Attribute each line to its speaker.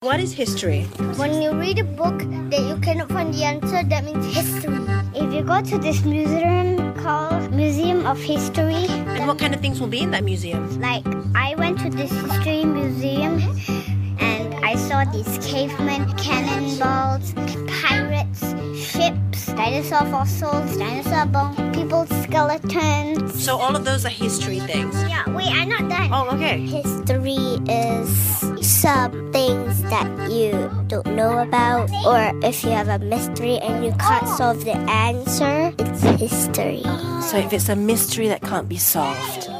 Speaker 1: What is history?
Speaker 2: When you read a book that you cannot find the answer, that means history. If you go to this museum called Museum of History,
Speaker 1: And what kind of things will be in that museum?
Speaker 2: like I went to this history museum and I saw these cavemen, cannonballs, pirates, ships, dinosaur fossils, dinosaur bone, people's skeletons.
Speaker 1: So all of those are history things.
Speaker 2: Yeah, wait, I'm not done.
Speaker 1: Oh, okay.
Speaker 2: History is some things that you don't know about, or if you have a mystery and you can't solve the answer, it's history.
Speaker 1: So if it's a mystery that can't be solved,